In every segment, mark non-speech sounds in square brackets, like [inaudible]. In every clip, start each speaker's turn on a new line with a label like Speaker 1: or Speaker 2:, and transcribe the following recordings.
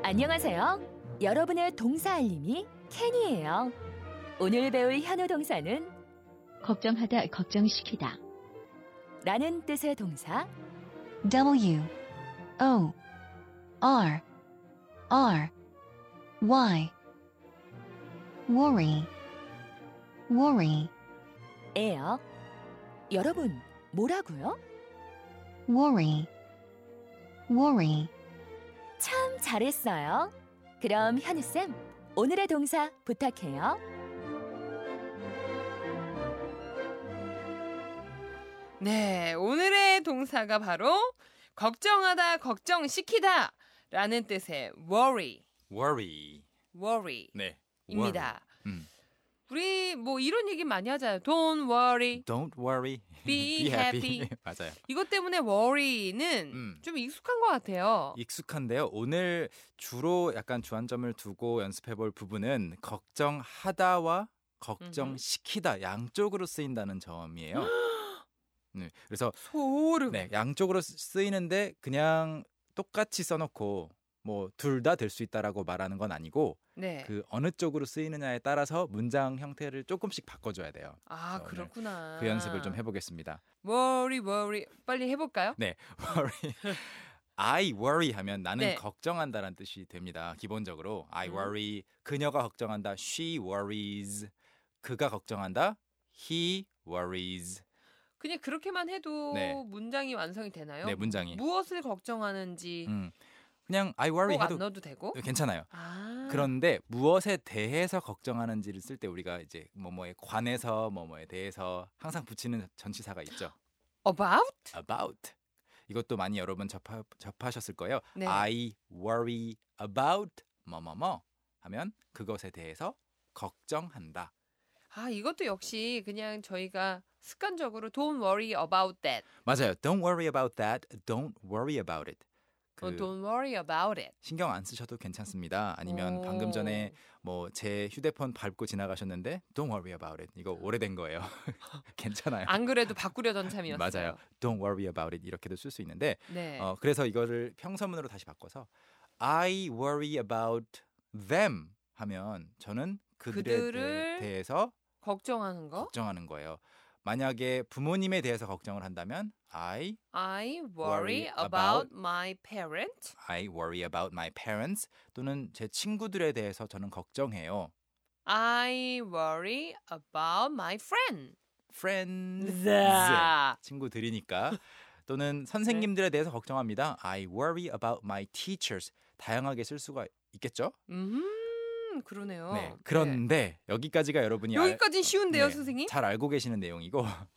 Speaker 1: 안녕하세요. 여러분의 동사 알림이 캔이에요. 오늘 배울 현우 동사는
Speaker 2: 걱정하다 걱정시키다
Speaker 1: 라는 뜻의 동사
Speaker 3: W O R R Y worry worry
Speaker 1: 예요. 여러분, 뭐라고요?
Speaker 3: worry worry
Speaker 1: 참 잘했어요. 그럼 현우쌤, 오늘의 동사 부탁해요.
Speaker 4: 네, 오늘의 동사가 바로 걱정하다, 걱정시키다 라는 뜻의 worry,
Speaker 5: worry.
Speaker 4: worry입니다.
Speaker 5: 네. worry. 음.
Speaker 4: 우리 뭐 이런 얘기 많이 하잖아요. Don't worry,
Speaker 5: Don't worry. [laughs]
Speaker 4: be, happy.
Speaker 5: 맞아요.
Speaker 4: 이것 때문에 worry는
Speaker 5: 음.
Speaker 4: 좀 익숙한 것 같아요.
Speaker 5: 익숙한데요. 오늘 주로 약간 주안점을 두고 연습해 볼 부분은 걱정하다와 걱정시키다 양쪽으로 쓰인다는 점이에요. 네. 그래서
Speaker 4: 소름.
Speaker 5: 네, 양쪽으로 쓰- 쓰이는데 그냥 똑같이 써놓고 뭐 둘 다 될 수 있다라고 말하는 건 아니고
Speaker 4: 네.
Speaker 5: 그 어느 쪽으로 쓰이느냐에 따라서 문장 형태를 조금씩 바꿔줘야 돼요.
Speaker 4: 아,
Speaker 5: 오늘
Speaker 4: 그렇구나.
Speaker 5: 그 연습을
Speaker 4: 아.
Speaker 5: 좀 해보겠습니다.
Speaker 4: worry, worry. 빨리 해볼까요?
Speaker 5: 네, worry. I worry 하면 나는
Speaker 4: 네.
Speaker 5: 걱정한다라는 뜻이 됩니다. 기본적으로 I
Speaker 4: 음.
Speaker 5: worry. 그녀가 걱정한다. She worries. 그가 걱정한다. He worries.
Speaker 4: 그냥 그렇게만 해도
Speaker 5: 네.
Speaker 4: 문장이 완성이 되나요?
Speaker 5: 네 문장이.
Speaker 4: 무엇을 걱정하는지
Speaker 5: 음. 그냥 I worry
Speaker 4: 꼭 안
Speaker 5: 해도 네,
Speaker 4: 넣어도 되고.
Speaker 5: 괜찮아요.
Speaker 4: 아.
Speaker 5: 그런데 무엇에 대해서 걱정하는지를 쓸 때 우리가 이제 뭐뭐에 관해서 뭐뭐에 대해서 항상 붙이는 전치사가 있죠.
Speaker 4: about
Speaker 5: about 이것도 많이 여러분 접하, 접하셨을 거예요.
Speaker 4: 네.
Speaker 5: I worry about 뭐뭐뭐 하면 그것에 대해서 걱정한다.
Speaker 4: 아 이것도 역시 그냥 저희가 습관적으로 don't worry about that, 어,
Speaker 5: 맞아요. Don't worry about that. Don't worry about it. 그
Speaker 4: 어, don't worry about it.
Speaker 5: 신경 안 쓰셔도 괜찮습니다. 아니면
Speaker 4: 오.
Speaker 5: 방금 전에 뭐 제 휴대폰 밟고 지나가셨는데 Don't worry about it. 이거 오래된 거예요. [laughs] 괜찮아요.
Speaker 4: 안
Speaker 5: [laughs]
Speaker 4: 그래도 바꾸려던 참이었어요.
Speaker 5: 맞아요. Don't worry about it 이렇게도 쓸 수 있는데
Speaker 4: 네.
Speaker 5: 어, 그래서 이거를 평서문으로 다시 바꿔서 I worry about them 하면 저는 그들에
Speaker 4: 그들을 어?
Speaker 5: 대해서
Speaker 4: 걱정하는 거.
Speaker 5: 걱정하는 거예요. 만약에 부모님에 대해서 걱정을 한다면 I
Speaker 4: I worry
Speaker 5: worry
Speaker 4: about
Speaker 5: about
Speaker 4: my parent.
Speaker 5: I worry about my parents 또는 제 친구들에 대해서 저는 걱정해요.
Speaker 4: I worry about my friend. 네.
Speaker 5: Friends
Speaker 4: 자.
Speaker 5: 친구들이니까
Speaker 4: [laughs] 네.
Speaker 5: 또는 선생님들에 대해서 걱정합니다. I worry about my teachers 다양하게 쓸 수가 있겠죠?
Speaker 4: 음 그러네요.
Speaker 5: 네. 그런데 여기까지가 여러분이 알-
Speaker 4: 여기까진 쉬운데요,
Speaker 5: 네,
Speaker 4: 선생님.
Speaker 5: 잘 알고 계시는 내용이고 [laughs]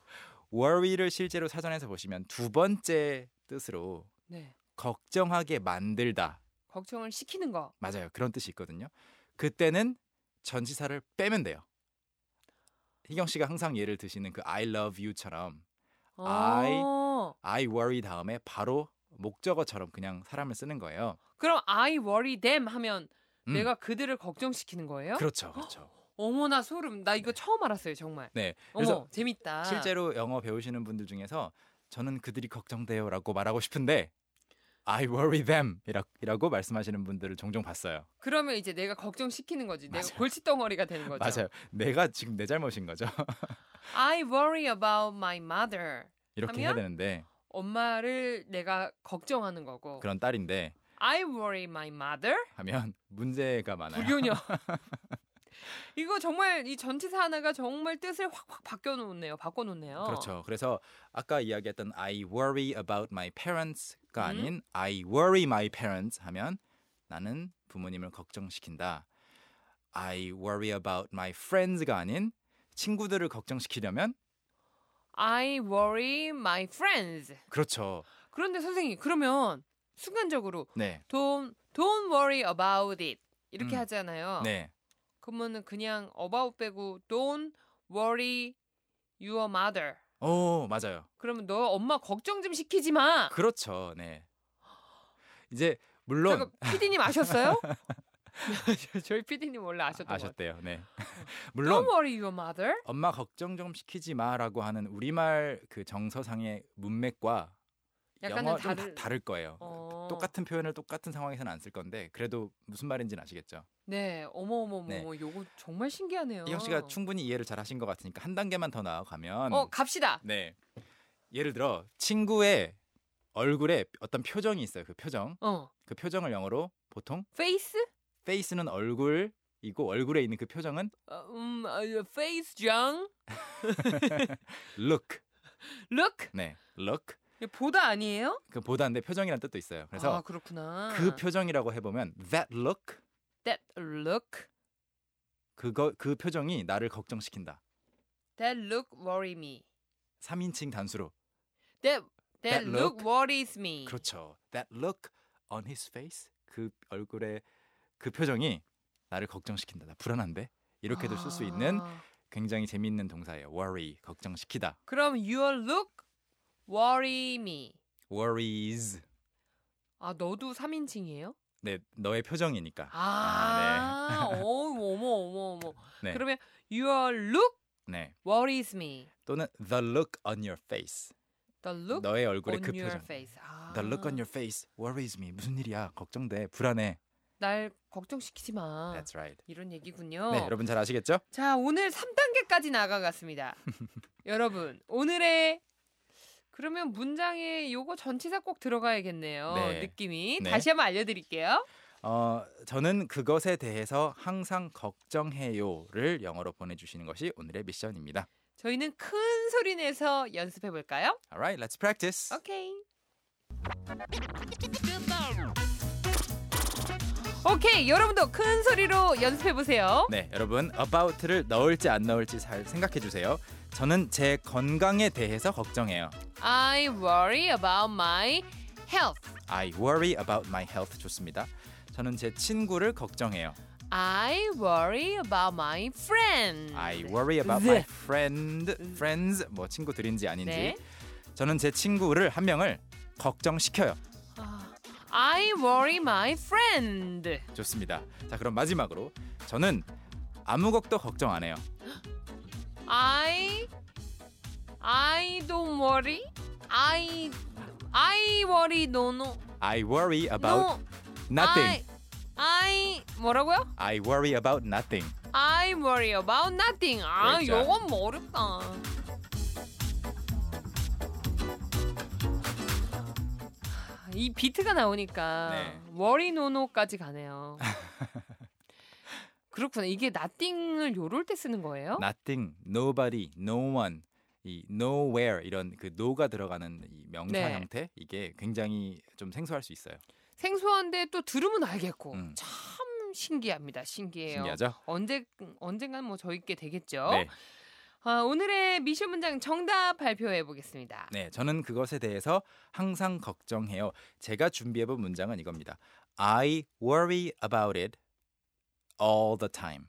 Speaker 5: worry를 실제로 사전에서 보시면 두 번째 뜻으로
Speaker 4: 네.
Speaker 5: 걱정하게 만들다
Speaker 4: 걱정을 시키는 거.
Speaker 5: 맞아요 그런 뜻이 있거든요. 그때는 전치사를 빼면 돼요. 희경 씨가 항상 예를 드시는 그 I love you처럼 I-
Speaker 4: 어.
Speaker 5: I worry 다음에 바로 목적어처럼 그냥 사람을 쓰는 거예요.
Speaker 4: 그럼 I worry them 하면
Speaker 5: 음,
Speaker 4: 내가 그들을 걱정시키는 거예요?
Speaker 5: 그렇죠, 그렇죠.
Speaker 4: 어머나 소름. 나 이거 처음 알았어요, 정말.
Speaker 5: 네, 그래서
Speaker 4: 어머,
Speaker 5: 아.
Speaker 4: 재밌다.
Speaker 5: 실제로 영어 배우시는 분들 중에서 저는 그들이 걱정돼요라고 말하고 싶은데 I worry them 이라- 이라고 말씀하시는 분들을 종종 봤어요.
Speaker 4: 그러면 이제 내가 걱정시키는 거지. 내가
Speaker 5: 맞아요.
Speaker 4: 골칫덩어리가 되는 거죠.
Speaker 5: 맞아요. 내가 지금 내 잘못인 거죠. [laughs]
Speaker 4: I worry about my mother.
Speaker 5: 이렇게
Speaker 4: 하면?
Speaker 5: 해야 되는데
Speaker 4: 엄마를 내가 걱정하는 거고.
Speaker 5: 그런 딸인데
Speaker 4: I worry my mother.
Speaker 5: 하면 문제가 많아요. [laughs]
Speaker 4: 불교녀. 이거 정말 이 전치사 하나가 정말 뜻을 확확 바꿔 놓네요. 바꿔 놓네요.
Speaker 5: 그렇죠. 그래서 아까 이야기했던 I worry about my parents가
Speaker 4: 음.
Speaker 5: 아닌 I worry my parents 하면 나는 부모님을 걱정시킨다. I worry about my friends가 아닌 친구들을 걱정시키려면
Speaker 4: I worry my friends.
Speaker 5: 그렇죠.
Speaker 4: 그런데 선생님, 그러면 순간적으로
Speaker 5: 네.
Speaker 4: don't don't worry about it 이렇게
Speaker 5: 음.
Speaker 4: 하잖아요.
Speaker 5: 네.
Speaker 4: 그러면은 그냥 about 빼고 don't worry your mother.
Speaker 5: 오, 어, 맞아요.
Speaker 4: 그러면 너 엄마 걱정 좀 시키지 마.
Speaker 5: 그렇죠. 네. 이제 물론
Speaker 4: 잠깐 피디님
Speaker 5: [laughs]
Speaker 4: 아셨어요? 저희 피디님 원래 아셨던 거
Speaker 5: 아셨대요. 네.
Speaker 4: 같아요.
Speaker 5: [laughs] 물론
Speaker 4: Don't worry your mother.
Speaker 5: 엄마 걱정 좀 시키지 마라고 하는 우리말 그 정서상의 문맥과
Speaker 4: 약간
Speaker 5: 영어
Speaker 4: 좀
Speaker 5: 좀
Speaker 4: 다를
Speaker 5: 다, 를 거예요.
Speaker 4: 어.
Speaker 5: 똑같은 표현을 똑같은 상황에서는 안 쓸 건데 그래도 무슨 말인지는 아시겠죠?
Speaker 4: 네, 어머 어머
Speaker 5: 네.
Speaker 4: 어머, 요거 정말 신기하네요.
Speaker 5: 이형 씨가 충분히 이해를 잘하신 것 같으니까 한 단계만 더 나아가면
Speaker 4: 어 갑시다.
Speaker 5: 네 예를 들어 친구의 얼굴에 어떤 표정이 있어요. 그 표정
Speaker 4: 어,
Speaker 5: 그 표정을 영어로 보통
Speaker 4: 페이스?
Speaker 5: face는 얼굴이고 얼굴에 있는 그 표정은
Speaker 4: 어, 음, 어, 페이스 장,
Speaker 5: look
Speaker 4: look
Speaker 5: 네 look
Speaker 4: 이거 보다 아니에요?
Speaker 5: 그 보다인데 표정이란 뜻도 있어요. 그래서
Speaker 4: 아 그렇구나.
Speaker 5: 그 표정이라고 해보면 that look
Speaker 4: that look,
Speaker 5: 그거 그 표정이 나를 걱정시킨다.
Speaker 4: that look worry me,
Speaker 5: 3인칭 단수로
Speaker 4: that that,
Speaker 5: That
Speaker 4: look,
Speaker 5: look?
Speaker 4: worries me.
Speaker 5: 그렇죠. That look on his face 그 얼굴에 그 표정이 나를 걱정시킨다. 나 불안한데 이렇게도 쓸 수 있는
Speaker 4: 아,
Speaker 5: 굉장히 재미있는 동사예요. worry 걱정시키다.
Speaker 4: 그럼 your look worry me.
Speaker 5: worries
Speaker 4: 아 너도 3인칭이에요?
Speaker 5: 네 너의 표정이니까
Speaker 4: 아,
Speaker 5: 아, 네.
Speaker 4: 어, 어머 어머 어머.
Speaker 5: 네.
Speaker 4: 그러면 your look
Speaker 5: 네
Speaker 4: worries me.
Speaker 5: 또는 the look on your face
Speaker 4: The look
Speaker 5: 너의 얼굴의
Speaker 4: on
Speaker 5: 그
Speaker 4: your
Speaker 5: 표정
Speaker 4: face. 아,
Speaker 5: the look on your face worries me 무슨 일이야 걱정돼 불안해
Speaker 4: 날 걱정시키지 마.
Speaker 5: that's right
Speaker 4: 이런 얘기군요.
Speaker 5: 네 여러분 잘 아시겠죠?
Speaker 4: 자, 오늘 3단계까지
Speaker 5: [laughs]
Speaker 4: 나가갔습니다. 여러분, 오늘의 그러면 문장에 요거 전치사 꼭 들어가야겠네요.
Speaker 5: 네.
Speaker 4: 느낌이.
Speaker 5: 네.
Speaker 4: 다시 한번 알려드릴게요.
Speaker 5: 어, 저는 그것에 대해서 항상 걱정해요를 영어로 보내주시는 것이 오늘의 미션입니다.
Speaker 4: 저희는 큰 소리 내서 연습해 볼까요?
Speaker 5: Alright, let's practice.
Speaker 4: 오케이. 오케이, 여러분도 큰 소리로 연습해 보세요.
Speaker 5: 네, 여러분 about를 넣을지 안 넣을지 잘 생각해 주세요. 저는 제 건강에 대해서 걱정해요.
Speaker 4: I worry about my health.
Speaker 5: I worry about my health 좋습니다. 저는 제 친구를 걱정해요.
Speaker 4: I worry about my friend.
Speaker 5: I worry about
Speaker 4: 네.
Speaker 5: my friend, friends 뭐 친구들인지 아닌지.
Speaker 4: 네.
Speaker 5: 저는 제 친구를 한 명을 걱정시켜요.
Speaker 4: 아, I worry my friend.
Speaker 5: 좋습니다. 자, 그럼 마지막으로 저는 아무 것도 걱정 안 해요.
Speaker 4: I I don't worry. I I worry no no
Speaker 5: I worry about
Speaker 4: no.
Speaker 5: nothing.
Speaker 4: I, I 뭐라고요?
Speaker 5: I... worry about nothing.
Speaker 4: I worry about nothing. 아,
Speaker 5: 그렇죠.
Speaker 4: 요건 뭐 어렵다. 이 비트가 나오니까
Speaker 5: 네.
Speaker 4: worry no no까지
Speaker 5: [laughs]
Speaker 4: 가네요. 그렇구나. 이게 nothing을 요럴 때 쓰는 거예요?
Speaker 5: nothing, nobody, no one, 이 nowhere 이런 그 no가 들어가는 이 명사
Speaker 4: 네.
Speaker 5: 형태 이게 굉장히 좀 생소할 수 있어요.
Speaker 4: 생소한데 또 들으면 알겠고
Speaker 5: 음.
Speaker 4: 참 신기합니다. 신기해요.
Speaker 5: 신기하죠?
Speaker 4: 언제 언젠간 뭐 저있게 되겠죠.
Speaker 5: 네.
Speaker 4: 아, 오늘의 미션 문장 정답 발표해 보겠습니다.
Speaker 5: 네, 저는 그것에 대해서 항상 걱정해요. 제가 준비해 본 문장은 이겁니다. I worry about it all the time.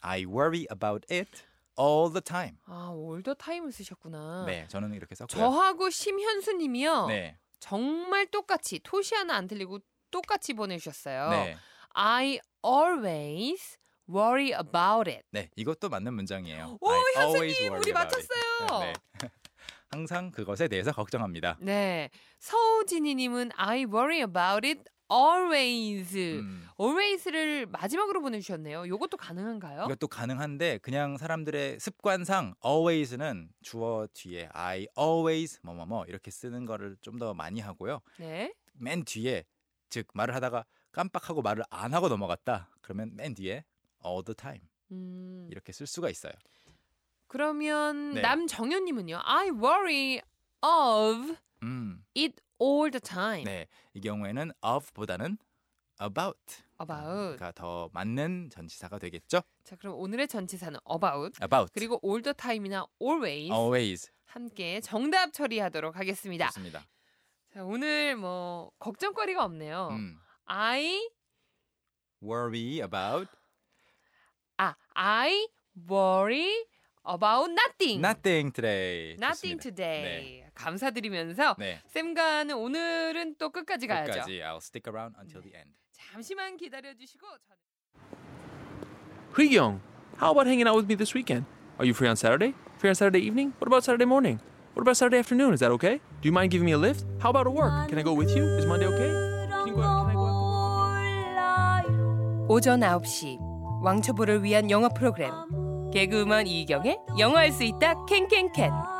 Speaker 5: I worry about it all the time.
Speaker 4: 아, 올더 타임을 쓰셨구나.
Speaker 5: 네, 저는 이렇게 썼고요.
Speaker 4: 어. 저하고 심현수 님이요.
Speaker 5: 네.
Speaker 4: 정말 똑같이 토시 하나 안 틀리고 똑같이 보내 주셨어요.
Speaker 5: 네.
Speaker 4: I always worry about it.
Speaker 5: 네, 이것도 맞는 문장이에요.
Speaker 4: 오,
Speaker 5: I always
Speaker 4: 현수님
Speaker 5: worry
Speaker 4: 우리
Speaker 5: about it.
Speaker 4: 맞췄어요.
Speaker 5: 네. [laughs] 항상 그것에 대해서 걱정합니다.
Speaker 4: 네. 서우진이님은 I worry about it always.
Speaker 5: 음,
Speaker 4: always를 마지막으로 보내주셨네요. 이것도 가능한가요?
Speaker 5: 이것도 가능한데 그냥 사람들의 습관상 always는 주어 뒤에 I always 뭐뭐뭐 이렇게 쓰는 거를 좀 더 많이 하고요.
Speaker 4: 네.
Speaker 5: 맨 뒤에 즉 말을 하다가 깜빡하고 말을 안 하고 넘어갔다. 그러면 맨 뒤에 all the time
Speaker 4: 음,
Speaker 5: 이렇게 쓸 수가 있어요.
Speaker 4: 그러면
Speaker 5: 네.
Speaker 4: 남정현님은요. I worry of
Speaker 5: 음,
Speaker 4: it all the time
Speaker 5: 네, 이 경우에는 of보다는 about가 그러니까
Speaker 4: about.
Speaker 5: 더 맞는 전치사가 되겠죠.
Speaker 4: 자 그럼 오늘의 전치사는 about
Speaker 5: About
Speaker 4: 그리고 all the time이나 always
Speaker 5: always
Speaker 4: 함께 정답 처리하도록 하겠습니다.
Speaker 5: 아, 어. 좋습니다.
Speaker 4: 자 오늘 뭐 걱정거리가 없네요.
Speaker 5: 음.
Speaker 4: I
Speaker 5: worry about
Speaker 4: 아 I worry about nothing.
Speaker 5: nothing today.
Speaker 4: Nothing
Speaker 5: 좋습니다.
Speaker 4: today. 감사드리면서
Speaker 5: 네.
Speaker 4: 쌤과는 오늘은 또 끝까지 가야죠.
Speaker 5: 끝까지 I'll stick around until the end.
Speaker 4: 잠시만 기다려 주시고 저는
Speaker 6: Young, how about hanging out with me this weekend? Are you free on Saturday? Free on Saturday evening? What about Saturday morning? What about Saturday afternoon? Is that okay? Do you mind giving me a lift? How about a work? Can I go with you? Is Monday okay? Can you go out? Can I go out?
Speaker 4: 오전 9시 왕초보를 위한 영어 프로그램 개그우먼 이경의 영어할 수 있다 캔캔캔